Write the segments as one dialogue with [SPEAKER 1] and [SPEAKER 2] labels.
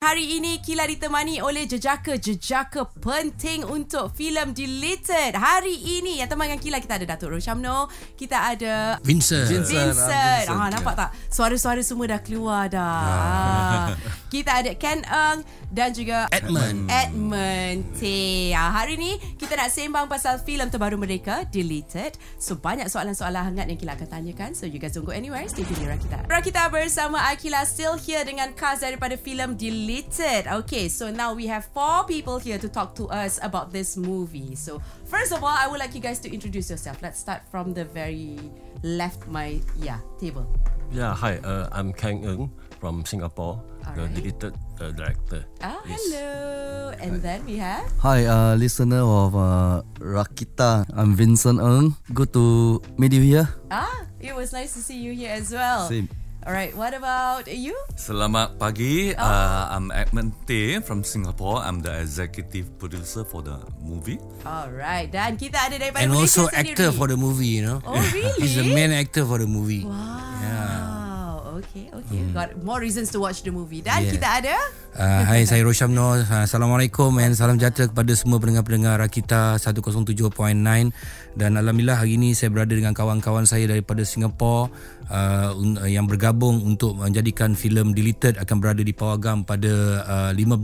[SPEAKER 1] hari ini Kila ditemani oleh jejaka-jejaka penting untuk filem Deleted. Hari ini yang teman dengan Kila kita ada Datuk Roshamno, kita ada
[SPEAKER 2] Vincent.
[SPEAKER 1] Vincent. Vincent. Ah, nampak tak? Suara-suara semua dah keluar dah. Ah. kita ada Ken Eng dan juga
[SPEAKER 3] Hmm.
[SPEAKER 2] Edmund.
[SPEAKER 1] Edmund Tay. Ah, hari ni kita nak sembang pasal filem terbaru mereka Deleted. So banyak soalan-soalan hangat yang Kila akan tanyakan. So you guys don't go anywhere. Stay tuned di Rakita. Rakita bersama Akila still here dengan Kaz daripada filem Deleted. Okay, so now we have four people here to talk to us about this movie. So first of all, I would like you guys to introduce yourself. Let's start from the very left my yeah table.
[SPEAKER 3] Yeah, hi. Uh, I'm Kang Ng from Singapore, the
[SPEAKER 1] Alright.
[SPEAKER 3] deleted uh, director.
[SPEAKER 1] Ah,
[SPEAKER 3] Yes.
[SPEAKER 1] hello. And then we have
[SPEAKER 4] Hi, uh, listener of uh, Rakita. I'm Vincent Ng. Good to meet you here.
[SPEAKER 1] Ah, it was nice to see you here as well.
[SPEAKER 4] Same.
[SPEAKER 1] All right, what about you?
[SPEAKER 5] Selamat pagi. Uh, I'm Edmund Tay from Singapore. I'm the executive producer for the movie.
[SPEAKER 1] All right, dan kita ada daripada
[SPEAKER 2] And
[SPEAKER 1] Malaysia
[SPEAKER 2] also
[SPEAKER 1] sendiri.
[SPEAKER 2] actor for the movie, you know.
[SPEAKER 1] Oh, really?
[SPEAKER 2] He's the main actor for the movie.
[SPEAKER 1] Wow. Okay, okay. Got more reasons to watch the movie. Dan
[SPEAKER 2] Hmm. Yeah.
[SPEAKER 1] kita ada
[SPEAKER 2] Uh, hai, saya Rosham Noor. Uh, Assalamualaikum and salam sejahtera kepada semua pendengar-pendengar Rakita 107.9 dan Alhamdulillah hari ini saya berada dengan kawan-kawan saya daripada Singapura uh, un- yang bergabung untuk menjadikan filem Deleted akan berada di Pawagam pada uh, 15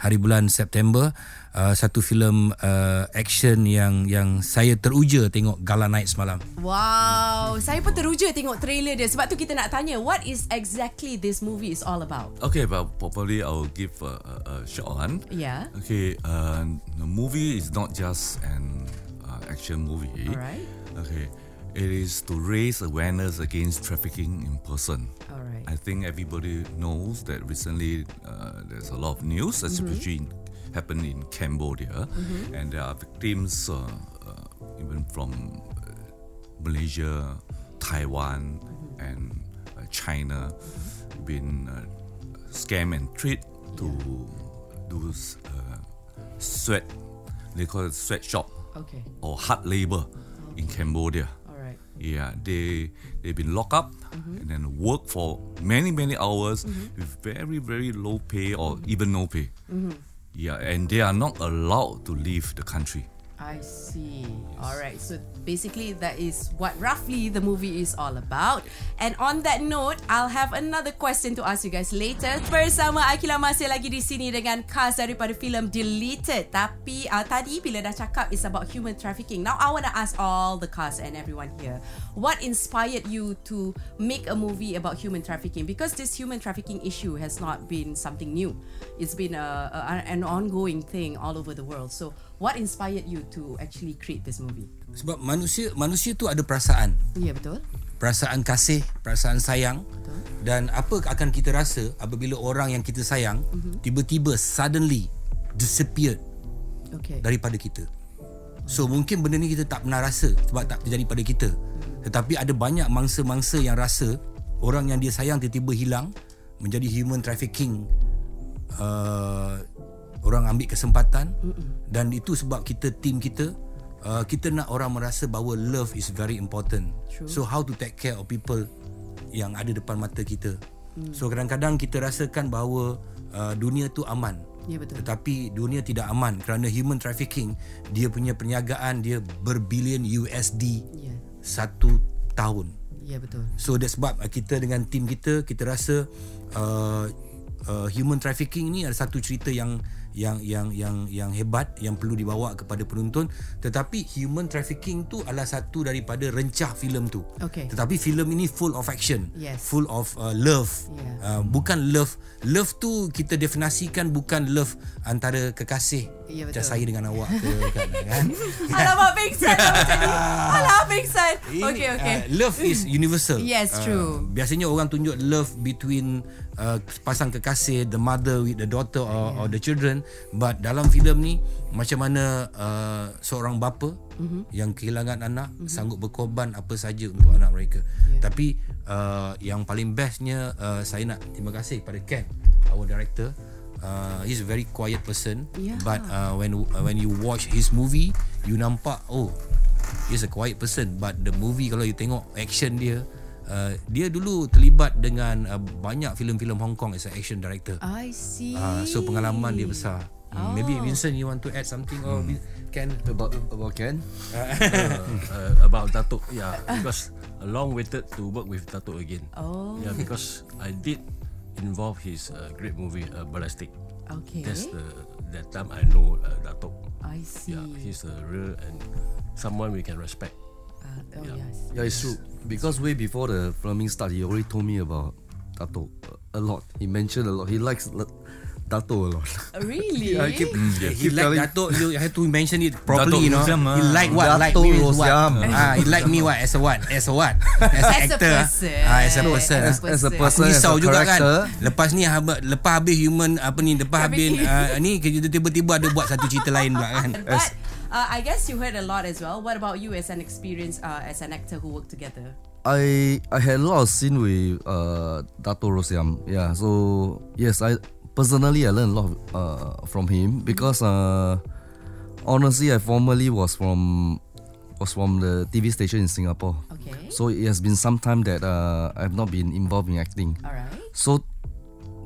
[SPEAKER 2] hari bulan September. Uh, satu filem uh, action yang yang saya teruja tengok Gala Night semalam.
[SPEAKER 1] Wow, saya pun teruja tengok trailer dia sebab tu kita nak tanya what is exactly this movie is all about.
[SPEAKER 5] Okay, but probably I'll give a, a, a short one.
[SPEAKER 1] Yeah.
[SPEAKER 5] Okay, uh, the movie is not just an uh, action movie.
[SPEAKER 1] Alright.
[SPEAKER 5] Okay, it is to raise awareness against trafficking in person.
[SPEAKER 1] Alright.
[SPEAKER 5] I think everybody knows that recently uh, there's a lot of news, especially in, happened in Cambodia, and there are victims uh, uh, even from uh, Malaysia, Taiwan, and uh, China been uh, scammed and tricked to do s- uh, sweat. They call it sweatshop
[SPEAKER 1] Okay.
[SPEAKER 5] or hard labor in Cambodia.
[SPEAKER 1] Alright.
[SPEAKER 5] Yeah, they they've been locked up and then work for many many hours with very very low pay or even no pay. Yeah, and they are not allowed to leave the country.
[SPEAKER 1] I see. All right. So basically, that is what roughly the movie is all about. And on that note, I'll have another question to ask you guys later. Bersama Akila masih lagi di sini dengan cast daripada filem Deleted. Tapi uh, tadi bila dah cakap it's about human trafficking. Now I want to ask all the cast and everyone here, what inspired you to make a movie about human trafficking? Because this human trafficking issue has not been something new. It's been a, a, an ongoing thing all over the world. So What inspired you to actually create this movie?
[SPEAKER 2] Sebab manusia manusia tu ada perasaan.
[SPEAKER 1] Ya yeah, betul.
[SPEAKER 2] perasaan kasih, perasaan sayang dan apa akan kita rasa apabila orang yang kita sayang tiba-tiba suddenly disappeared
[SPEAKER 1] Okay.
[SPEAKER 2] daripada kita. So mungkin benda ni kita tak pernah rasa sebab tak terjadi pada kita. Tetapi ada banyak mangsa-mangsa yang rasa orang yang dia sayang tiba-tiba hilang menjadi human trafficking. Uh, orang ambil kesempatan dan itu sebab kita team kita uh, kita nak orang merasa bahawa love is very important. True. So how to take care of people yang ada depan mata kita.
[SPEAKER 1] Hmm.
[SPEAKER 2] So kadang-kadang kita rasakan bahawa uh, dunia tu aman.
[SPEAKER 1] Ya, betul.
[SPEAKER 2] Tetapi dunia tidak aman kerana human trafficking dia punya perniagaan dia berbilion USD
[SPEAKER 1] Ya.
[SPEAKER 2] satu tahun.
[SPEAKER 1] Ya yeah, betul.
[SPEAKER 2] So that's sebab uh, kita dengan tim kita kita rasa uh, uh, human trafficking ni ada satu cerita yang yang yang yang yang hebat yang perlu dibawa kepada penonton tetapi human trafficking tu adalah satu daripada rencah filem tu.
[SPEAKER 1] Okay.
[SPEAKER 2] Tetapi filem ini full of action,
[SPEAKER 1] Yes.
[SPEAKER 2] full of uh, love.
[SPEAKER 1] Yeah.
[SPEAKER 2] Uh, bukan love love tu kita definasikan bukan love antara kekasih
[SPEAKER 1] Ya, betul.
[SPEAKER 2] macam saya dengan awak ke kan, kan?
[SPEAKER 1] Alamak pingsan dah macam ni. Alamak pingsan. Okay okay.
[SPEAKER 2] Uh, love is universal. Uh,
[SPEAKER 1] Yes, true.
[SPEAKER 2] Biasanya orang tunjuk love between uh, pasang kekasih, the mother with the daughter or, or the children. But dalam filem ni macam mana uh, seorang bapa
[SPEAKER 1] Mhm.
[SPEAKER 2] mm-hmm. yang kehilangan anak mm-hmm. sanggup berkorban apa saja untuk anak mereka. Yeah. Tapi uh, yang paling bestnya uh, saya nak terima kasih kepada Ken, our director. Uh, he's a very quiet person
[SPEAKER 1] Yeah.
[SPEAKER 2] but uh, when uh, when you watch his movie you nampak oh He's a quiet person But the movie Kalau you tengok Action dia uh, dia dulu terlibat dengan uh, banyak filem-filem Hong Kong as an action director.
[SPEAKER 1] I see.
[SPEAKER 2] Uh, so pengalaman dia besar. Oh. Maybe Vincent you want to add something or Vin- can
[SPEAKER 4] About about Ken?
[SPEAKER 3] uh, about Datuk. Yeah, because I long waited to work with Datuk again.
[SPEAKER 1] Oh.
[SPEAKER 3] Yeah, because I did involve his uh, great movie uh, Ballistic.
[SPEAKER 1] Okay.
[SPEAKER 3] That's the that time I know uh, Datuk.
[SPEAKER 1] I see.
[SPEAKER 3] Yeah, he's a real and someone we can respect.
[SPEAKER 1] Uh, oh yes.
[SPEAKER 4] Yeah, it's true. Because way before the filming start, he already told me about Dato uh, a lot. He mentioned a lot. He likes Dato a lot.
[SPEAKER 1] Really?
[SPEAKER 4] I keep,
[SPEAKER 2] Yeah,
[SPEAKER 4] Mm, keep
[SPEAKER 2] he like
[SPEAKER 4] telling-
[SPEAKER 2] Datuk You have to mention it
[SPEAKER 5] Datuk
[SPEAKER 2] properly you know.
[SPEAKER 5] Roslam, ah.
[SPEAKER 2] He like what Like
[SPEAKER 4] Datuk
[SPEAKER 2] me is what
[SPEAKER 4] Roslam.
[SPEAKER 2] ah, He like me what As a what As a what As an
[SPEAKER 1] As a
[SPEAKER 2] actor
[SPEAKER 1] person.
[SPEAKER 2] ah, As a person
[SPEAKER 1] As-
[SPEAKER 4] as a
[SPEAKER 2] Aku
[SPEAKER 4] person, as
[SPEAKER 2] risau
[SPEAKER 4] a
[SPEAKER 2] juga kan
[SPEAKER 4] character.
[SPEAKER 2] Lepas ni haba- Lepas habis human Apa ni Lepas habis
[SPEAKER 1] Everything.
[SPEAKER 2] ah, Ni kita tiba-tiba ada buat Satu cerita lain pula kan
[SPEAKER 1] But uh, I guess you heard a lot as well. What about you as an experience uh, as an actor who worked together?
[SPEAKER 4] I I had a lot of scene with uh, Dato Rosiam. Yeah, so yes, I personally I learned a lot uh, from him because uh, honestly I formerly was from was from the TV station in Singapore.
[SPEAKER 1] Okay.
[SPEAKER 4] So it has been some time that uh, I've not been involved in acting.
[SPEAKER 1] All right.
[SPEAKER 4] So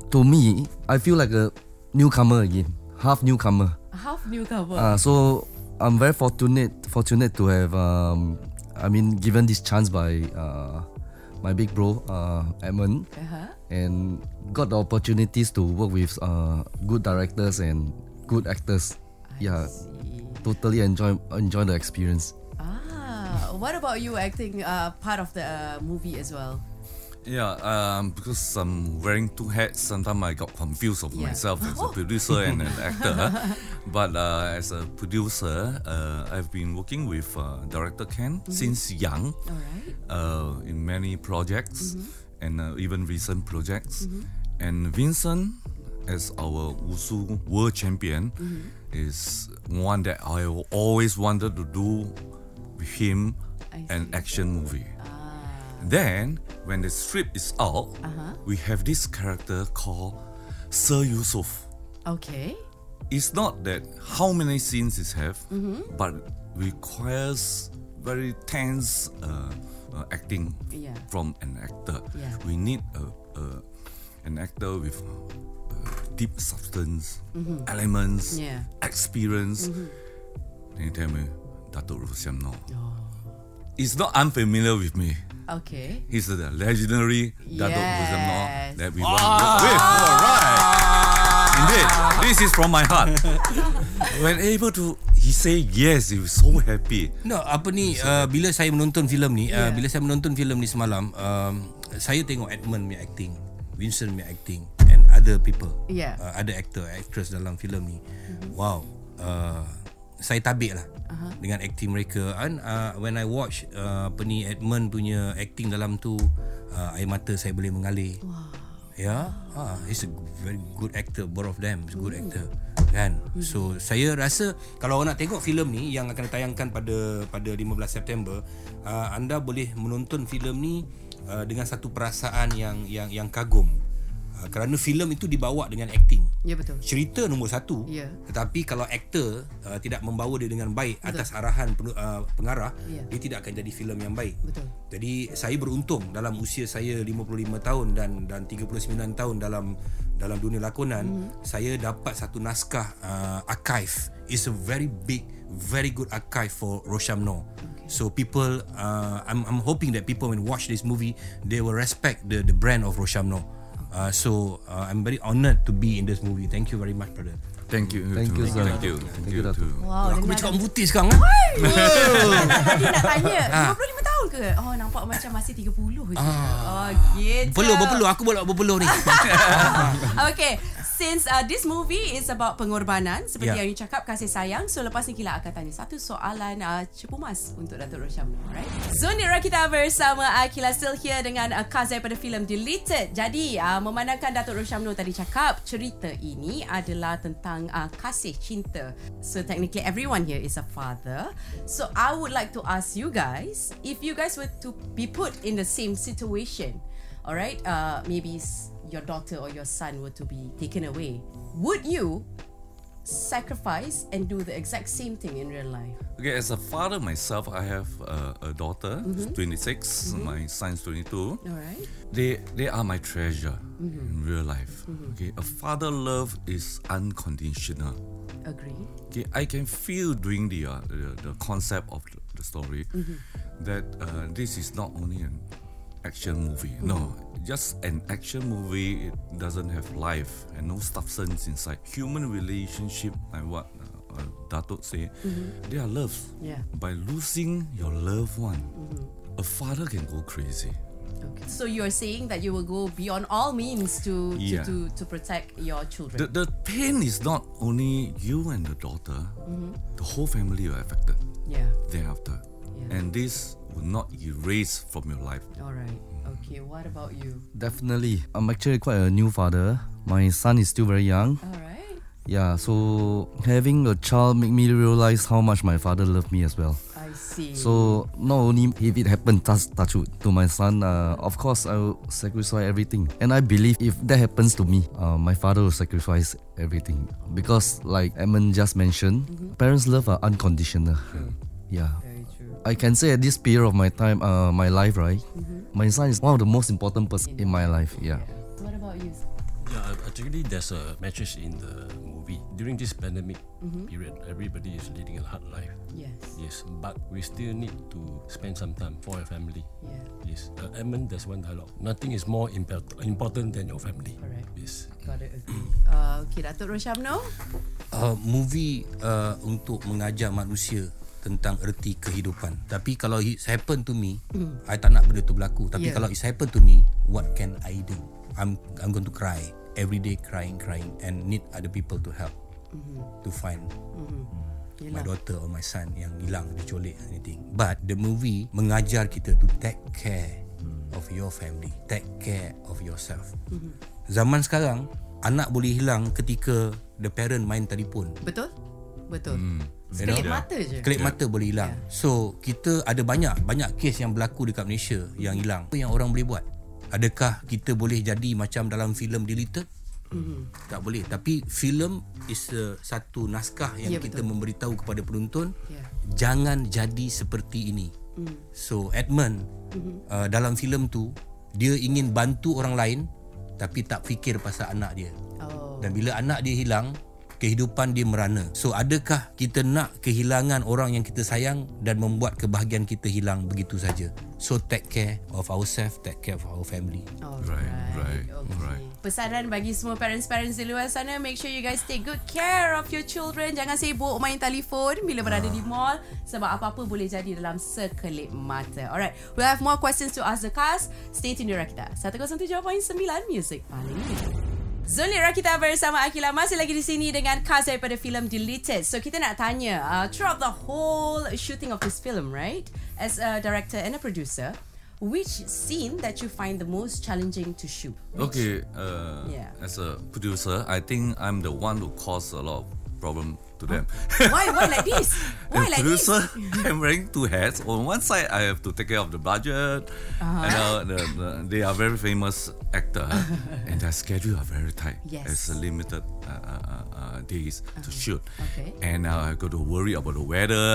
[SPEAKER 4] to me, I feel like a newcomer again, half newcomer.
[SPEAKER 1] Half newcomer.
[SPEAKER 4] Uh, so I'm very fortunate fortunate to have um, I mean given this chance by uh, my big bro uh, Edmund
[SPEAKER 1] Uh huh.
[SPEAKER 4] and got the opportunities to work with uh, good directors and good actors. yeah, totally enjoy enjoy the experience.
[SPEAKER 1] Ah, what about you acting uh, part of the uh, movie as well?
[SPEAKER 5] Yeah, um, because I'm wearing two hats, sometimes I got confused of
[SPEAKER 1] Yeah.
[SPEAKER 5] myself as a producer and an actor. But uh, as a producer, uh, I've been working with uh, director Ken since young
[SPEAKER 1] All right.
[SPEAKER 5] uh, in many projects
[SPEAKER 1] Mm-hmm.
[SPEAKER 5] and uh, even recent projects. And Vincent, as our Wusu world champion,
[SPEAKER 1] Mm-hmm.
[SPEAKER 5] is one that I always wanted to do with him
[SPEAKER 1] I see.
[SPEAKER 5] an
[SPEAKER 1] Ah.
[SPEAKER 5] action movie. Then, when the script is out,
[SPEAKER 1] Uh-huh.
[SPEAKER 5] we have this character called Sir Yusuf.
[SPEAKER 1] Okay.
[SPEAKER 5] It's not that how many scenes it have,
[SPEAKER 1] Mm-hmm.
[SPEAKER 5] but requires very tense uh, uh, acting
[SPEAKER 1] Yeah.
[SPEAKER 5] from an actor.
[SPEAKER 1] Yeah.
[SPEAKER 5] We need a, a an actor with uh, deep substance,
[SPEAKER 1] Mm-hmm.
[SPEAKER 5] elements,
[SPEAKER 1] Yeah. Mm-hmm.
[SPEAKER 5] experience. Then you tell me, Dato Rusiam, no.
[SPEAKER 1] Oh.
[SPEAKER 5] It's not unfamiliar with me.
[SPEAKER 1] Okay.
[SPEAKER 5] He's the legendary Dato
[SPEAKER 1] Yes.
[SPEAKER 5] Ruzamno that we want to work with. All right. Indeed, this is from my heart. when able to, he say yes. He was so happy.
[SPEAKER 2] No, apa ni uh, bila saya menonton filem ni,
[SPEAKER 1] Yeah.
[SPEAKER 2] yeah. uh, bila saya menonton filem ni semalam, um, saya tengok Edmund punya acting, Vincent punya acting and other people.
[SPEAKER 1] Yeah.
[SPEAKER 2] Uh, other actor, actress dalam filem ni. Wow. Uh, saya tabik lah uh-huh. dengan acting mereka. And uh, when I watch uh, apa ni Edmund punya acting dalam tu, uh, air mata saya boleh mengalir. Wow. Yeah. Ah, he's a very good actor both of them. He's a good actor. Kan? So saya rasa kalau awak nak tengok filem ni yang akan ditayangkan pada pada 15 September, uh, anda boleh menonton filem ni uh, dengan satu perasaan yang yang yang kagum. Uh, kerana filem itu dibawa dengan acting.
[SPEAKER 1] Ya betul.
[SPEAKER 2] Cerita nombor satu
[SPEAKER 1] Ya.
[SPEAKER 2] Tetapi kalau aktor uh, Tidak membawa dia dengan baik Betul. Atas arahan pen, uh, pengarah
[SPEAKER 1] Ya.
[SPEAKER 2] Dia tidak akan jadi filem yang baik
[SPEAKER 1] Betul.
[SPEAKER 2] Jadi saya beruntung Dalam usia saya 55 tahun Dan dan 39 tahun dalam dalam dunia lakonan Saya dapat satu naskah uh, Archive It's a very big Very good archive for Roshamno okay. So people uh, I'm, I'm hoping that people when watch this movie They will respect the the brand of Roshamno Uh, so uh, I'm very honoured to be in this movie. Thank you very much, brother.
[SPEAKER 5] Thank you.
[SPEAKER 4] Thank
[SPEAKER 5] too.
[SPEAKER 4] you, sir.
[SPEAKER 5] Thank you. Thank you
[SPEAKER 4] Dato.
[SPEAKER 5] too.
[SPEAKER 1] Wow,
[SPEAKER 2] Aku boleh cakap
[SPEAKER 1] dengar
[SPEAKER 2] putih sekarang kan?
[SPEAKER 1] tadi nak tanya
[SPEAKER 4] Ah.
[SPEAKER 1] 25 tahun ke? Oh nampak macam masih 30 je. Oh
[SPEAKER 4] Ah.
[SPEAKER 1] gitu.
[SPEAKER 2] Berpeluh, berpeluh. Aku boleh berpeluh ni.
[SPEAKER 1] Okay, since uh, this movie is about pengorbanan seperti
[SPEAKER 2] Yeah.
[SPEAKER 1] yang you cakap kasih sayang, so lepas ni Kila akan tanya satu soalan uh, cepu mas untuk Dato' Rosham, alright? So Nira kita bersama Akila still here dengan uh, Kaz daripada filem Deleted. Jadi uh, memandangkan Dato' Roshamno tadi cakap cerita ini adalah tentang uh, kasih cinta. So technically everyone here is a father. So I would like to ask you guys if you guys were to be put in the same situation all right uh maybe s- your daughter or your son were to be taken away would you sacrifice and do the exact same thing in real life?
[SPEAKER 5] Okay, as a father myself, I have a, a daughter, 26, my son's
[SPEAKER 1] All
[SPEAKER 5] 22.
[SPEAKER 1] right.
[SPEAKER 5] They they are my treasure in real life. Okay, a father love is unconditional.
[SPEAKER 1] Agree.
[SPEAKER 5] Okay, I can feel during the uh, the, the concept of the, the story that uh, this is not only an action movie. No, just an action movie. It doesn't have life and no substance inside. Human relationship, like what uh, uh, Datuk say, they are loves.
[SPEAKER 1] Yeah.
[SPEAKER 5] By losing your loved one, a father can go crazy.
[SPEAKER 1] Okay. So you're saying that you will go beyond all means to
[SPEAKER 5] Yeah.
[SPEAKER 1] to, to, to protect your children.
[SPEAKER 5] The, the pain is not only you and the daughter. The whole family are affected.
[SPEAKER 1] yeah.
[SPEAKER 5] thereafter.
[SPEAKER 1] Yeah.
[SPEAKER 5] And this will not erase from your life.
[SPEAKER 1] All right. Okay. What about you?
[SPEAKER 4] Definitely. I'm actually quite a new father. My son is still very young.
[SPEAKER 1] All right.
[SPEAKER 4] Yeah, so having a child made me realize how much my father loved me as well.
[SPEAKER 1] I see.
[SPEAKER 4] So not only if it happened touch, touch wood, to my son, uh, of course I will sacrifice everything. And I believe if that happens to me, uh, my father will sacrifice everything because, like Edmund just mentioned, parents' love are unconditional. Yeah.
[SPEAKER 1] Mm-hmm. very true.
[SPEAKER 4] I can say at this period of my time, uh, my life, right?
[SPEAKER 1] Mm-hmm.
[SPEAKER 4] My son is one of the most important person in my life. Yeah.
[SPEAKER 1] What about you?
[SPEAKER 3] Yeah, uh, actually, there's a message in the movie. During this pandemic period, everybody is leading a hard life.
[SPEAKER 1] Mm-hmm. Yes.
[SPEAKER 3] Yes, but we still need to spend some time for your family.
[SPEAKER 1] Yeah.
[SPEAKER 3] Yes, uh, Edmund, there's one dialogue. Nothing is more import- important than your family.
[SPEAKER 1] Correct.
[SPEAKER 3] Yes.
[SPEAKER 1] Gotta agree. Uh, okay, Datuk Roshamno.
[SPEAKER 2] uh, movie uh, untuk mengajar manusia tentang erti kehidupan. Tapi kalau it's happen to me, mm. I tak nak benda tu berlaku. Tapi
[SPEAKER 1] Hmm. Yeah.
[SPEAKER 2] yeah. kalau it's happen to me, what can I do? I'm I'm going to cry every day crying crying and need other people to help mm-hmm. to find my
[SPEAKER 1] Yelah.
[SPEAKER 2] daughter or my son yang hilang diculik anything but the movie mengajar kita to take care of your family take care of yourself
[SPEAKER 1] Mm-hmm.
[SPEAKER 2] zaman sekarang anak boleh hilang ketika the parent main telefon
[SPEAKER 1] Betul? Betul.
[SPEAKER 2] You know?
[SPEAKER 1] Sekelip mata je. Ya.
[SPEAKER 2] Kelip mata boleh hilang yeah. So kita ada banyak Banyak kes yang berlaku dekat Malaysia Yang hilang Apa yang orang boleh buat Adakah kita boleh jadi Macam dalam filem Deleted
[SPEAKER 1] Mhm.
[SPEAKER 2] mm-hmm. Tak boleh Tapi filem Is a, satu naskah Yang
[SPEAKER 1] Ya,
[SPEAKER 2] yeah, kita betul. memberitahu Kepada penonton
[SPEAKER 1] Ya. Mhm.
[SPEAKER 2] Jangan jadi seperti ini mm. So Edmund mm-hmm. uh, Dalam filem tu Dia ingin bantu orang lain Tapi tak fikir pasal anak dia
[SPEAKER 1] Oh.
[SPEAKER 2] dan bila anak dia hilang kehidupan dia merana so adakah kita nak kehilangan orang yang kita sayang dan membuat kebahagiaan kita hilang begitu saja so take care of ourselves take care of our family
[SPEAKER 1] Alright,
[SPEAKER 5] right,
[SPEAKER 1] okay.
[SPEAKER 5] right.
[SPEAKER 1] Pesanan bagi semua parents-parents di luar sana Make sure you guys take good care of your children Jangan sibuk main telefon Bila berada di mall Sebab apa-apa boleh jadi dalam sekelip mata Alright, we'll have more questions to ask the cast Stay tuned di Rakita 107.9 Music Paling Hit. Zulira kita bersama Akila masih lagi di sini dengan cast daripada filem Deleted. So kita nak tanya, uh, throughout the whole shooting of this film, right? As a director and a producer, which scene that you find the most challenging to shoot?
[SPEAKER 5] Okay, uh,
[SPEAKER 1] Yeah.
[SPEAKER 5] as a producer, I think I'm the one who caused a lot of problem to them.
[SPEAKER 1] Why why like this? Why
[SPEAKER 5] And
[SPEAKER 1] like this?
[SPEAKER 5] producer, I'm wearing two hats. On one side, I have to take care of the budget,
[SPEAKER 1] Uh-huh.
[SPEAKER 5] and uh, the, the, they are very famous actor, and their schedule are very tight.
[SPEAKER 1] Yes. Uh-huh.
[SPEAKER 5] it's a limited uh, uh, uh, days to shoot,
[SPEAKER 1] Okay.
[SPEAKER 5] and uh, I got to worry about the weather.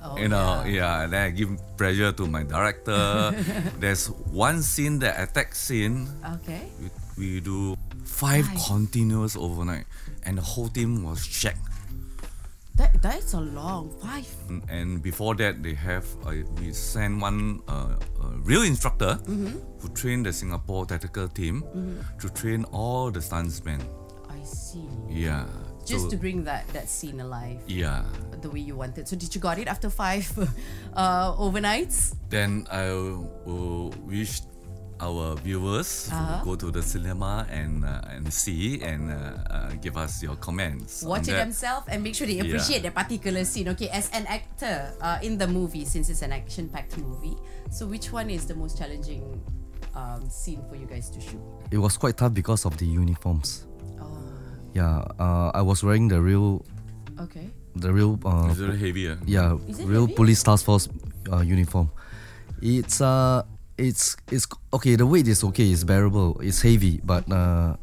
[SPEAKER 1] Oh,
[SPEAKER 5] you know, yeah. and then I give pressure to my director. There's one scene, the attack scene,
[SPEAKER 1] Okay.
[SPEAKER 5] we, we do five continuous overnight, and the whole team was checked.
[SPEAKER 1] That that's a long five.
[SPEAKER 5] and before that they have uh, we send one uh, uh, real instructor
[SPEAKER 1] Mm-hmm.
[SPEAKER 5] who trained the Singapore tactical team to train all the stuntsmen.
[SPEAKER 1] I see.
[SPEAKER 5] Yeah.
[SPEAKER 1] Just to
[SPEAKER 5] so,
[SPEAKER 1] bring that that scene alive
[SPEAKER 5] yeah.
[SPEAKER 1] the way you wanted. So did you got it after five uh, overnights?
[SPEAKER 5] Then I will wish our viewers
[SPEAKER 1] Uh-huh.
[SPEAKER 5] to go to the cinema and uh, and see and uh, uh, give us your comments. on
[SPEAKER 1] Watch it
[SPEAKER 5] that.
[SPEAKER 1] themselves and make sure they appreciate that particular scene. Okay, as an actor uh, in the movie, since it's an action-packed movie, so which one is the most challenging um, scene for you guys to shoot?
[SPEAKER 4] It was quite tough because of the uniforms.
[SPEAKER 1] Oh,
[SPEAKER 4] Yeah. Uh, I was wearing the real,
[SPEAKER 1] okay.
[SPEAKER 4] the real uh,
[SPEAKER 5] It's very heavy. eh?
[SPEAKER 4] yeah
[SPEAKER 1] Is it
[SPEAKER 4] real
[SPEAKER 1] heavy?
[SPEAKER 4] police task force uh, uniform it's uh it's it's okay the weight is okay it's bearable it's heavy but uh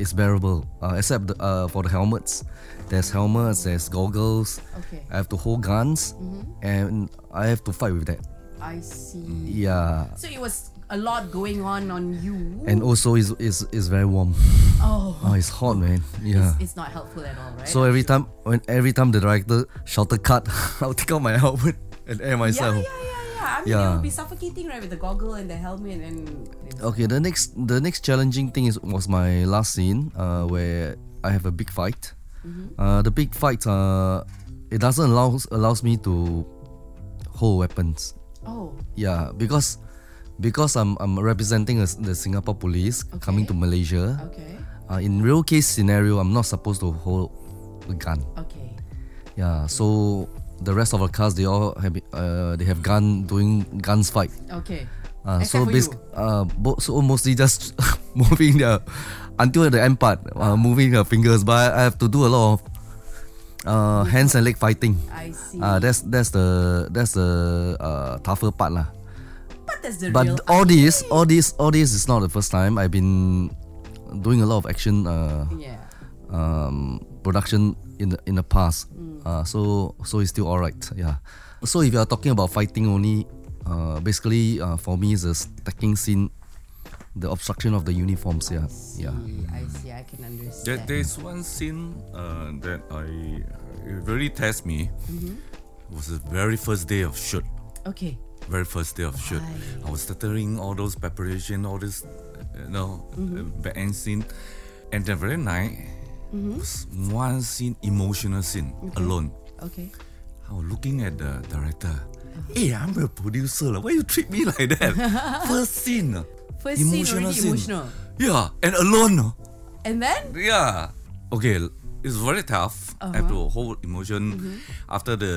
[SPEAKER 4] it's bearable, uh, except the, uh, for the helmets. There's helmets, there's goggles.
[SPEAKER 1] Okay.
[SPEAKER 4] I have to hold guns,
[SPEAKER 1] Mm-hmm.
[SPEAKER 4] and I have to fight with that.
[SPEAKER 1] I see.
[SPEAKER 4] Yeah,
[SPEAKER 1] So it was a lot going on on you.
[SPEAKER 4] and also it's, it's, it's very warm.
[SPEAKER 1] oh,
[SPEAKER 4] Oh, it's hot, man. Yeah.
[SPEAKER 1] it's, it's not helpful at all, right?
[SPEAKER 4] so every time when every time the director shouted cut, I'll take out my helmet and air
[SPEAKER 1] yeah,
[SPEAKER 4] myself.
[SPEAKER 1] yeah, yeah, yeah. I mean, it
[SPEAKER 4] Yeah.
[SPEAKER 1] would be suffocating, right, with the goggle and the helmet and. and
[SPEAKER 4] Okay, the next the next challenging thing is was my last scene uh, where I have a big fight. Uh, the big fight uh, it doesn't allows allows me to hold weapons.
[SPEAKER 1] Oh,
[SPEAKER 4] Yeah, because because I'm I'm representing a s the Singapore police coming to
[SPEAKER 1] Okay.
[SPEAKER 4] Malaysia.
[SPEAKER 1] okay,
[SPEAKER 4] Uh, in real case scenario, I'm not supposed to hold a gun.
[SPEAKER 1] okay.
[SPEAKER 4] Yeah, so the rest of the cars they all have been- uh, they have gun doing guns fight.
[SPEAKER 1] Okay.
[SPEAKER 4] Uh,
[SPEAKER 1] Except
[SPEAKER 4] so
[SPEAKER 1] for
[SPEAKER 4] basic, uh, bo- so mostly just moving the until the end part, uh, moving the fingers. But I have to do a lot of uh, hands and leg fighting.
[SPEAKER 1] I see.
[SPEAKER 4] Uh, that's that's the that's the uh, tougher part lah.
[SPEAKER 1] but that's the real.
[SPEAKER 4] But all this, all this, all this is not the first time. I've been doing a lot of action uh,
[SPEAKER 1] yeah.
[SPEAKER 4] um, production in the, in the past. Uh, so so it's still alright. Yeah. So if you are talking about fighting only, uh, basically uh, for me is the stacking scene, the obstruction of the uniforms. Yeah. Yeah.
[SPEAKER 1] See, I see. I can
[SPEAKER 5] There,
[SPEAKER 1] understand.
[SPEAKER 5] there's one scene uh, that I it really test me.
[SPEAKER 1] Mm-hmm.
[SPEAKER 5] was the very first day of shoot.
[SPEAKER 1] okay.
[SPEAKER 5] Very first day of shoot. I was stuttering all those preparation, all this, uh, you know,
[SPEAKER 1] Mm-hmm.
[SPEAKER 5] uh, back end scene. And the very night, was one scene, emotional scene, alone.
[SPEAKER 1] Okay.
[SPEAKER 5] I was looking at the director.
[SPEAKER 1] Uh-huh.
[SPEAKER 5] Hey, I'm a producer. lah. Why you treat me like that? first scene. ah.
[SPEAKER 1] First scene already emotional.
[SPEAKER 5] Yeah, and alone. ah.
[SPEAKER 1] And then?
[SPEAKER 5] Yeah. Okay, l- it's very tough. I have
[SPEAKER 1] Uh-huh.
[SPEAKER 5] to hold emotion
[SPEAKER 1] Mm-hmm.
[SPEAKER 5] after the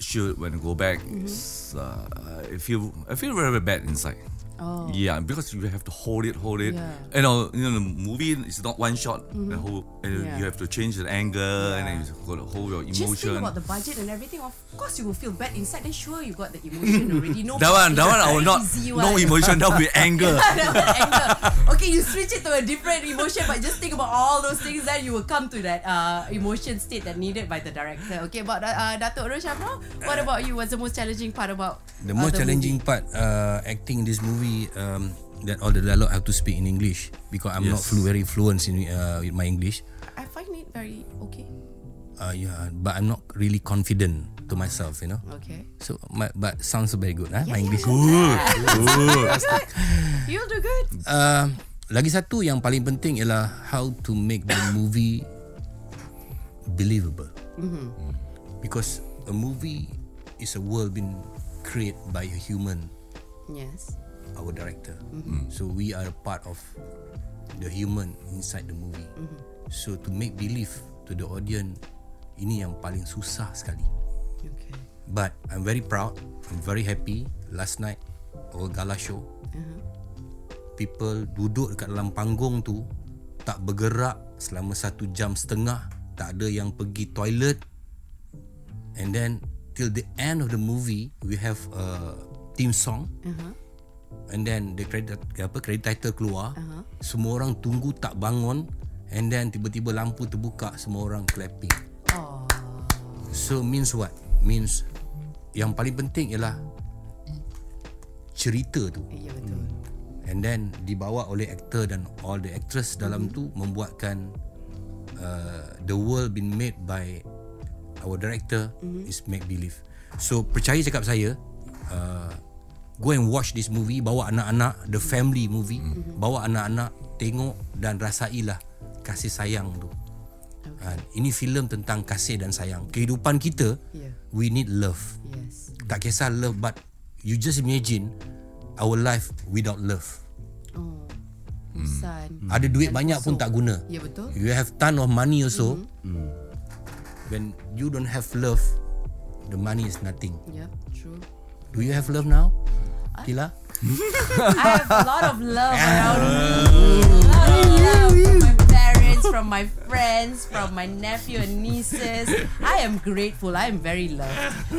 [SPEAKER 5] shoot when I go back. It's, uh, I feel I feel very, very bad inside.
[SPEAKER 1] Oh.
[SPEAKER 5] Yeah, because you have to hold it, hold it.
[SPEAKER 1] Yeah. Mm-hmm.
[SPEAKER 5] You know, you know, the movie is not one shot. The whole, and
[SPEAKER 1] Yeah.
[SPEAKER 5] you have to change the angle, and then you got to hold your emotion.
[SPEAKER 1] Just think about the budget and everything. Of course, you will feel bad inside. Then sure, you got the emotion already. No.
[SPEAKER 5] that one, that
[SPEAKER 1] problem.
[SPEAKER 5] one, I will not.
[SPEAKER 1] Easy
[SPEAKER 5] No
[SPEAKER 1] one.
[SPEAKER 5] emotion, that will be anger.
[SPEAKER 1] That one, anger. okay, you switch it to a different emotion, but just think about all those things, then you will come to that uh, emotion state that needed by the director. Okay, but uh, Dato' Roshabro, what about you? What's the most challenging part about
[SPEAKER 2] The
[SPEAKER 1] uh,
[SPEAKER 2] most challenging
[SPEAKER 1] movie?
[SPEAKER 2] part uh, acting in this movie um, that all the dialogue I have to speak in English because I'm not
[SPEAKER 5] Yes.
[SPEAKER 2] flu- very fluent in uh, with my English.
[SPEAKER 1] I find it very okay.
[SPEAKER 2] Uh, yeah, but I'm not really confident to myself, you know.
[SPEAKER 1] Okay.
[SPEAKER 2] So, my, but sounds very good, huh?
[SPEAKER 1] Yeah,
[SPEAKER 2] my
[SPEAKER 1] yeah,
[SPEAKER 2] English.
[SPEAKER 1] Good. You'll do good.
[SPEAKER 2] Uh, lagi satu yang paling penting ialah how to make the movie believable. Hmm. Because a movie is a world been created by a human,
[SPEAKER 1] Yes.
[SPEAKER 2] our director. So we are a part of the human inside the movie. So to make believe to the audience ini yang paling susah sekali.
[SPEAKER 1] Okay.
[SPEAKER 2] But I'm very proud. I'm very happy. Last night, our gala show, people duduk dekat dalam panggung tu tak bergerak selama satu jam setengah. Tak ada yang pergi toilet. And then till the end of the movie, we have a theme song. And then the credit apa credit title keluar. Semua orang tunggu tak bangun. And then tiba-tiba lampu terbuka, semua orang clapping.
[SPEAKER 1] Oh.
[SPEAKER 2] So means what? Means yang paling penting ialah cerita tu
[SPEAKER 1] Ya betul.
[SPEAKER 2] and then dibawa oleh aktor dan all the actress dalam tu membuatkan uh, the world been made by our director is make believe. So percaya cakap saya uh, go and watch this movie bawa anak-anak the family movie bawa anak-anak tengok dan rasailah kasih sayang tu. Okay. ini filem tentang kasih dan sayang. Kehidupan kita
[SPEAKER 1] Yeah.
[SPEAKER 2] we need love
[SPEAKER 1] Yes.
[SPEAKER 2] tak kisah love but you just imagine our life without love.
[SPEAKER 1] Oh. Busan.
[SPEAKER 2] Ada duit
[SPEAKER 1] And
[SPEAKER 2] banyak pun
[SPEAKER 1] also-
[SPEAKER 2] tak guna.
[SPEAKER 1] Ya betul.
[SPEAKER 2] You have ton of money also.
[SPEAKER 1] Hmm.
[SPEAKER 2] Hmm. When you don't have love, the money is nothing.
[SPEAKER 1] Yep. True.
[SPEAKER 2] Do you have love now?
[SPEAKER 1] Ah.
[SPEAKER 2] Kila?
[SPEAKER 1] I have a lot of love around me. A lot of love from my parents, from my friends, from my nephew and nieces. I am grateful. I am very loved.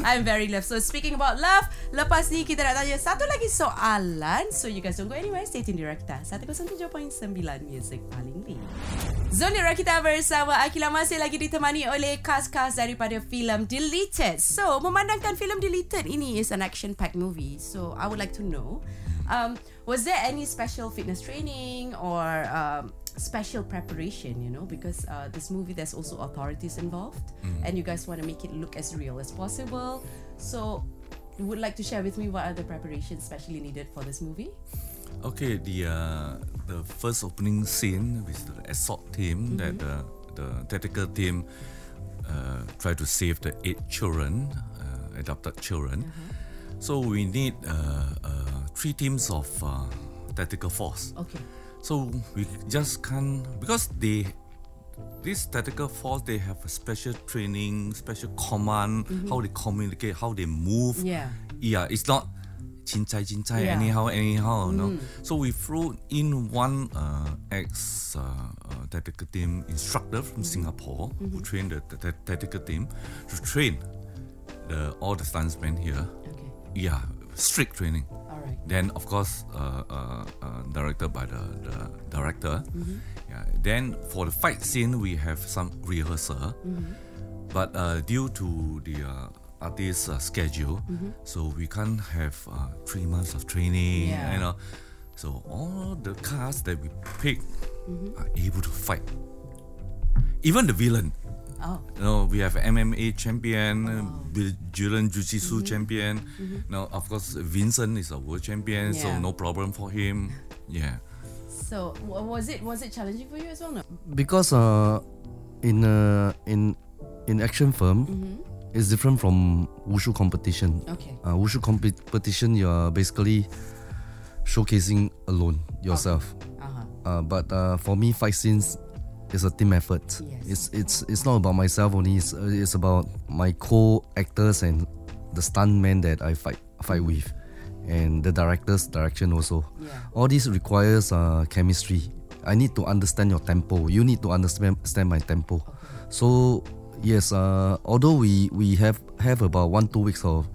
[SPEAKER 1] I am very loved. So speaking about love, lepas ni kita nak tanya satu lagi soalan. So you guys don't go anywhere. Stay tuned di Rakita 107.9 Music paling lead. Zoni Rakita bersama Akila masih lagi ditemani oleh kas-kas daripada filem Deleted. So, memandangkan filem Deleted ini is an action-packed movie. So, I would like to know, um, was there any special fitness training or um, special preparation, you know, because uh, this movie there's also authorities involved and you guys want to make it look as real as possible. So, you would like to share with me what are the preparations specially needed for this movie?
[SPEAKER 5] Okay, the uh, the first opening scene with the assault team that uh, the tactical team uh, try to save the eight children, uh, adopted children. So we need uh, uh, three teams of uh, tactical force.
[SPEAKER 1] Okay.
[SPEAKER 5] So we just can't because they this tactical force they have a special training, special command, how they communicate, how they move.
[SPEAKER 1] Yeah.
[SPEAKER 5] Yeah, it's not chincai chincai
[SPEAKER 1] Yeah.
[SPEAKER 5] anyhow anyhow. No. So we threw in one uh, ex uh, uh, tactical team instructor from Singapore who trained the ta- ta- tactical team to train the all the stuntsmen here.
[SPEAKER 1] Okay.
[SPEAKER 5] Yeah, strict training
[SPEAKER 1] All right.
[SPEAKER 5] then of course uh, uh, uh, directed by the, the director yeah, then for the fight scene we have some rehearsal but uh, due to the uh, artist's uh, schedule so we can't have uh, three months of training
[SPEAKER 1] Yeah.
[SPEAKER 5] you know so all the cars that we pick are able to fight even the villain
[SPEAKER 1] Oh.
[SPEAKER 5] no, we have MMA champion, Bill Julian Jiu-Jitsu champion. Now, of course, Vincent is a world champion, so
[SPEAKER 1] Yeah.
[SPEAKER 5] no problem for him. Yeah.
[SPEAKER 1] So, w- was it was it challenging for you as well? No?
[SPEAKER 4] because uh, in uh, in in action film it's different from wushu competition.
[SPEAKER 1] Okay.
[SPEAKER 4] Uh, wushu competition, you are basically showcasing alone yourself.
[SPEAKER 1] Uh-huh.
[SPEAKER 4] Uh, but uh, for me, fight scenes is a team effort.
[SPEAKER 1] Yes.
[SPEAKER 4] It's it's it's not about myself only. It's, uh, it's about my co-actors and the stuntmen that I fight fight with, and the director's direction also.
[SPEAKER 1] Mm-hmm. Yeah.
[SPEAKER 4] All this requires uh, chemistry. I need to understand your tempo. You need to understand understand my tempo. So yes, uh, although we we have have about one two weeks of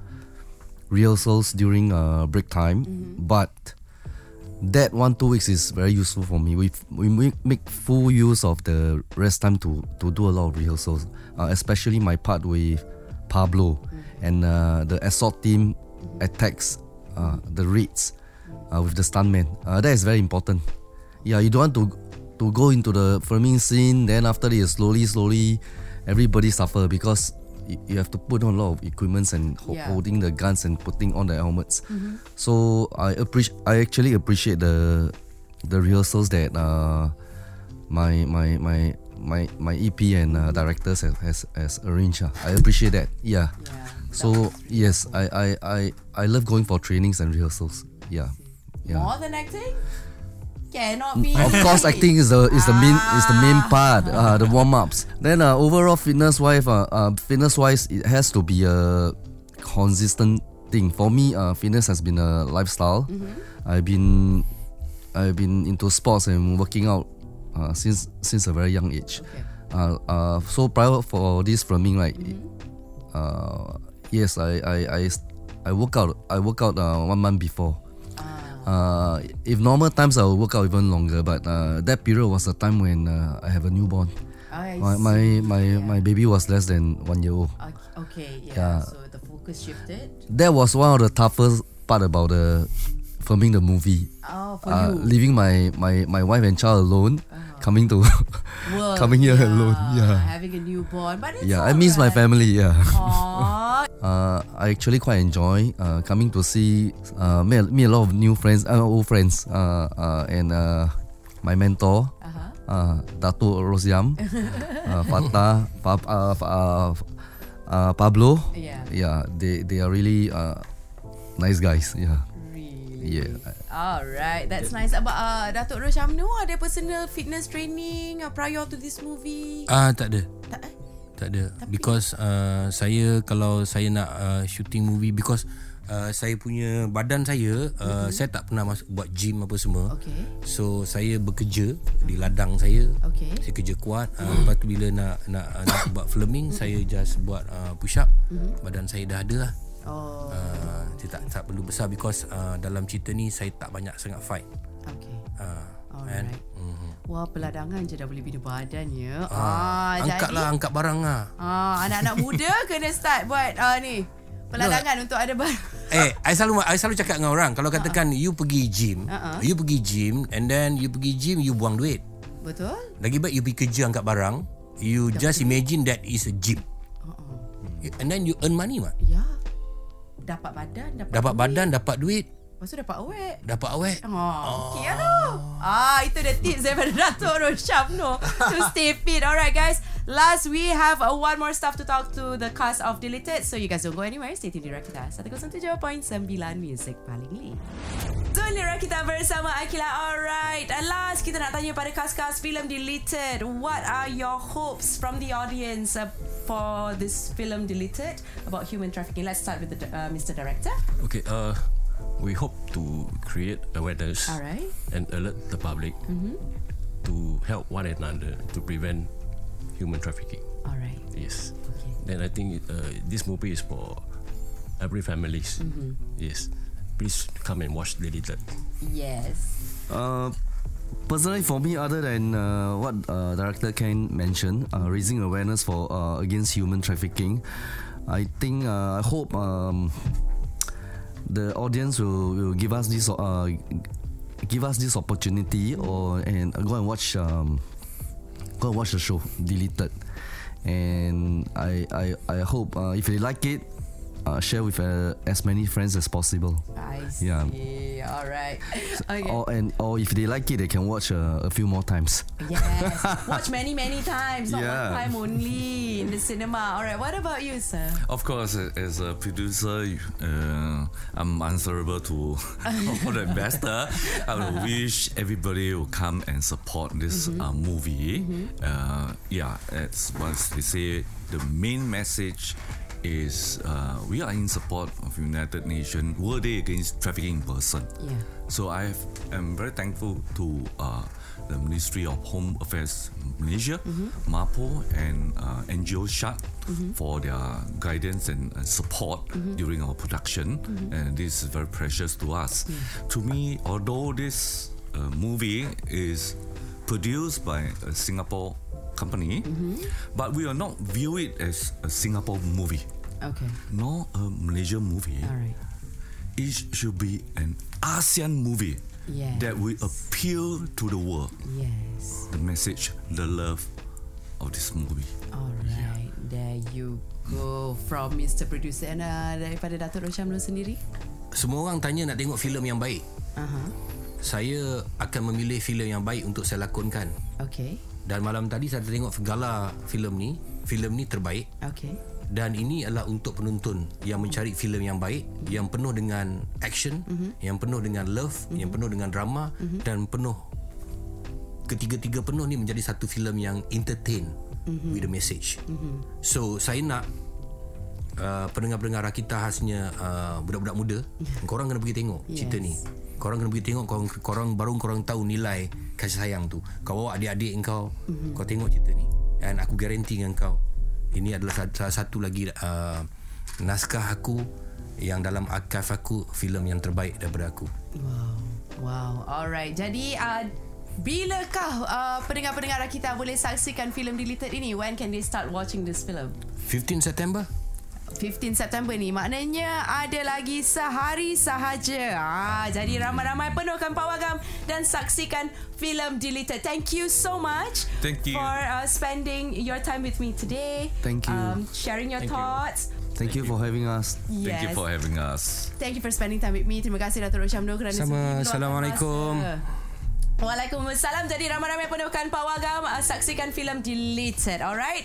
[SPEAKER 4] rehearsals during uh, break time,
[SPEAKER 1] Mm-hmm.
[SPEAKER 4] but that one two weeks is very useful for me. We we make- make full use of the rest time to to do a lot of rehearsals, uh, especially my part with Pablo and uh, the assault team attacks uh, the raids uh, with the stuntman. Uh, that is very important. Yeah, you don't want to to go into the filming scene. Then after it, slowly slowly, everybody suffer because you, you have to put on a lot of equipments and ho-
[SPEAKER 1] Yeah.
[SPEAKER 4] holding the guns and putting on the helmets. So I appreciate. I actually appreciate the the rehearsals that uh, my my my my my EP and uh, directors has has, has arranged. ah. I appreciate that.
[SPEAKER 1] Yeah.
[SPEAKER 4] Yeah. So yes, I, I I I love going for trainings and rehearsals. Yeah. Yeah.
[SPEAKER 1] More than acting? Cannot be.
[SPEAKER 4] Of course, acting is the is the main is the main part. Uh, the warm ups. Then uh, overall fitness wise, uh, uh, fitness wise, it has to be a consistent thing. For me, uh, fitness has been a lifestyle. I've been I've been into sports and working out uh, since since a very young age.
[SPEAKER 1] Okay.
[SPEAKER 4] Uh, uh, so prior for this filming, right? Uh, yes, I I, I I work out I work out uh, one month before.
[SPEAKER 1] Ah.
[SPEAKER 4] Uh, if normal times I will work out even longer, but uh, that period was a time when uh, I have a newborn.
[SPEAKER 1] I
[SPEAKER 4] My my my, my baby was less than one year old.
[SPEAKER 1] see. Okay, okay, yeah.
[SPEAKER 4] Yeah. Uh,
[SPEAKER 1] So the focus shifted.
[SPEAKER 4] That was one of the toughest part about the filming the movie.
[SPEAKER 1] Oh, for you.
[SPEAKER 4] Uh,
[SPEAKER 1] Uh-huh.
[SPEAKER 4] leaving my, my, my wife and child alone, coming to
[SPEAKER 1] Work,
[SPEAKER 4] coming here alone. Yeah,
[SPEAKER 1] Having a newborn. But it's
[SPEAKER 4] yeah. I miss my family. Yeah.
[SPEAKER 1] Aww.
[SPEAKER 4] uh, I actually quite enjoy uh, coming to see uh, me, me a lot of new friends, uh, old friends, uh, uh, and uh, my mentor,
[SPEAKER 1] Uh-huh.
[SPEAKER 4] uh, Dato Rosiam, uh, Fatah, pa- uh, Fa- uh, uh, Pablo.
[SPEAKER 1] Yeah.
[SPEAKER 4] yeah, they they are really uh, nice guys. Yeah,
[SPEAKER 1] Really.
[SPEAKER 4] yeah.
[SPEAKER 1] Alright, that's nice. But uh, Datuk Roshamnu, ada personal fitness training uh, prior to this movie?
[SPEAKER 2] Ah tak ada.
[SPEAKER 1] Tak eh?
[SPEAKER 2] Tak ada Because uh, Saya Kalau saya nak uh, Shooting movie Because uh, saya punya badan saya uh, mm-hmm. saya tak pernah masuk buat gym apa
[SPEAKER 4] Uh.
[SPEAKER 2] semua.
[SPEAKER 1] Okay.
[SPEAKER 2] So saya bekerja di ladang saya.
[SPEAKER 1] Okay.
[SPEAKER 2] Saya kerja kuat. Uh, lepas tu bila nak nak uh, nak buat filming saya just buat uh, push up.
[SPEAKER 1] Mhm.
[SPEAKER 2] Mm-hmm. Badan saya dah ada lah.
[SPEAKER 1] Oh,
[SPEAKER 2] Uh, saya tak tak perlu besar because uh, dalam cerita ni saya tak banyak sangat fight.
[SPEAKER 1] okay.
[SPEAKER 2] Uh,
[SPEAKER 1] Alright.
[SPEAKER 2] mhm.
[SPEAKER 1] Wah, peladangan je dah boleh bina badan ya. Ah,
[SPEAKER 2] angkat
[SPEAKER 1] jadi
[SPEAKER 2] lah angkat barang lah.
[SPEAKER 1] ah anak-anak muda kena start buat ah ni peladangan untuk ada bar.
[SPEAKER 2] Eh, I selalu I selalu cakap dengan orang kalau katakan you pergi gym,
[SPEAKER 1] Uh-uh.
[SPEAKER 2] you pergi gym and then you pergi gym you buang duit.
[SPEAKER 1] Betul?
[SPEAKER 2] Lagi baik you pergi kerja angkat barang, you just imagine that is a gym. And then you earn money mak.
[SPEAKER 1] Ya. Dapat badan, dapat
[SPEAKER 2] Dapat
[SPEAKER 1] duit.
[SPEAKER 2] badan, dapat duit,
[SPEAKER 1] Lepas tu dapat awet.
[SPEAKER 2] dapat awet.
[SPEAKER 1] Oh, okay lah tu. Ah, itu the tips daripada Dato' Rosham no. To stay fit. Alright guys. Last, we have uh, one more stuff to talk to the cast of Deleted. So you guys don't go anywhere. Stay tuned di Rakita 107.9 Music paling lead. So ni Rakita bersama Akila. Alright. And last, kita nak tanya pada cast-cast film Deleted. What are your hopes from the audience uh, for this film Deleted about human trafficking? Let's start with the, uh, Mr. Director.
[SPEAKER 3] Okay, uh, we hope to create awareness
[SPEAKER 1] Alright.
[SPEAKER 3] and alert the public
[SPEAKER 1] Mm-hmm.
[SPEAKER 3] to help one another to prevent human trafficking.
[SPEAKER 1] Alright.
[SPEAKER 3] Yes.
[SPEAKER 1] Okay.
[SPEAKER 3] Then I think uh, this movie is for every families.
[SPEAKER 1] Mm-hmm.
[SPEAKER 3] Yes. Please come and watch Deleted.
[SPEAKER 1] Yes.
[SPEAKER 4] Uh, personally, for me, other than uh, what uh, director Ken mentioned, uh, raising awareness for uh, against human trafficking, I think uh, I hope um, the audience will, will give us this uh, give us this opportunity or and go and watch um, go and watch the show deleted and I I, I hope uh, if you like it uh, share with uh, as many friends as possible
[SPEAKER 1] I see.
[SPEAKER 4] Yeah.
[SPEAKER 1] All right. Okay.
[SPEAKER 4] or and or if they like it they can watch uh, a few more times
[SPEAKER 1] Yes. Watch many, many times. Not one
[SPEAKER 4] Yeah.
[SPEAKER 1] time only in the cinema. All right. What about you, sir?
[SPEAKER 5] Of course, a- as a producer, you- uh, I'm answerable to all the investor. I will wish everybody will come and support this uh, movie. Uh, yeah, as once they say, the main message is uh, we are in support of United Nations World Day Against Trafficking in Person.
[SPEAKER 1] Yeah.
[SPEAKER 5] So I am very thankful to uh, the Ministry of Home Affairs Malaysia, MAPO, and uh, NGO Shark for their guidance and, and support during our production. And this is very precious to us. To me, although this uh, movie is produced by a Singapore company, but we will not view it as a Singapore movie,
[SPEAKER 1] Okay.
[SPEAKER 5] nor a Malaysia movie
[SPEAKER 1] All right.
[SPEAKER 5] it should be an ASEAN movie
[SPEAKER 1] Yes.
[SPEAKER 5] that will appeal to the world.
[SPEAKER 1] Yes.
[SPEAKER 5] The message, the love of this movie.
[SPEAKER 1] All right. There you go from Mr. Producer and uh, daripada Datuk Rosham Lu sendiri.
[SPEAKER 2] Semua orang tanya nak tengok filem yang baik.
[SPEAKER 1] Uh-huh.
[SPEAKER 2] Saya akan memilih filem yang baik untuk saya lakonkan.
[SPEAKER 1] Okay.
[SPEAKER 2] Dan malam tadi saya tengok gala filem ni. Filem ni terbaik.
[SPEAKER 1] Okay.
[SPEAKER 2] dan ini adalah untuk penonton yang mencari filem yang baik yang penuh dengan action yang penuh dengan love yang penuh dengan drama dan penuh ketiga-tiga penuh ni menjadi satu filem yang entertain with a message so saya nak uh, pendengar-pendengar Rakita khasnya uh, budak-budak muda korang kena pergi tengok yes. cerita ni korang kena pergi tengok korang, korang baru korang tahu nilai kasih sayang tu kau bawa adik-adik kau mm-hmm. kau tengok cerita ni dan aku garanti dengan kau ini adalah sa- salah satu lagi uh, naskah aku yang dalam archive aku filem yang terbaik daripada aku
[SPEAKER 1] Wow. Wow. Alright. Jadi uh, bilakah uh, pendengar-pendengar kita boleh saksikan filem Deleted ini? When can they start watching this film?
[SPEAKER 2] 15 September
[SPEAKER 1] 15 September ni Maknanya ada lagi sehari sahaja ah, Jadi ramai-ramai penuhkan Pak Wagam Dan saksikan filem Deleted Thank you so much
[SPEAKER 5] Thank you.
[SPEAKER 1] For uh, spending your time with me today Um,
[SPEAKER 4] Thank you.
[SPEAKER 1] Sharing your thoughts
[SPEAKER 4] Thank you for having us.
[SPEAKER 1] Yes.
[SPEAKER 5] Thank you for having us.
[SPEAKER 1] Thank you for spending time with me. Terima kasih Dato' Roshamdo kerana sudi
[SPEAKER 2] Sama.
[SPEAKER 1] meluangkan
[SPEAKER 2] Assalamualaikum.
[SPEAKER 1] masa. Waalaikumsalam. Jadi ramai-ramai penuhkan Pak Wagam uh, saksikan filem Deleted. Alright.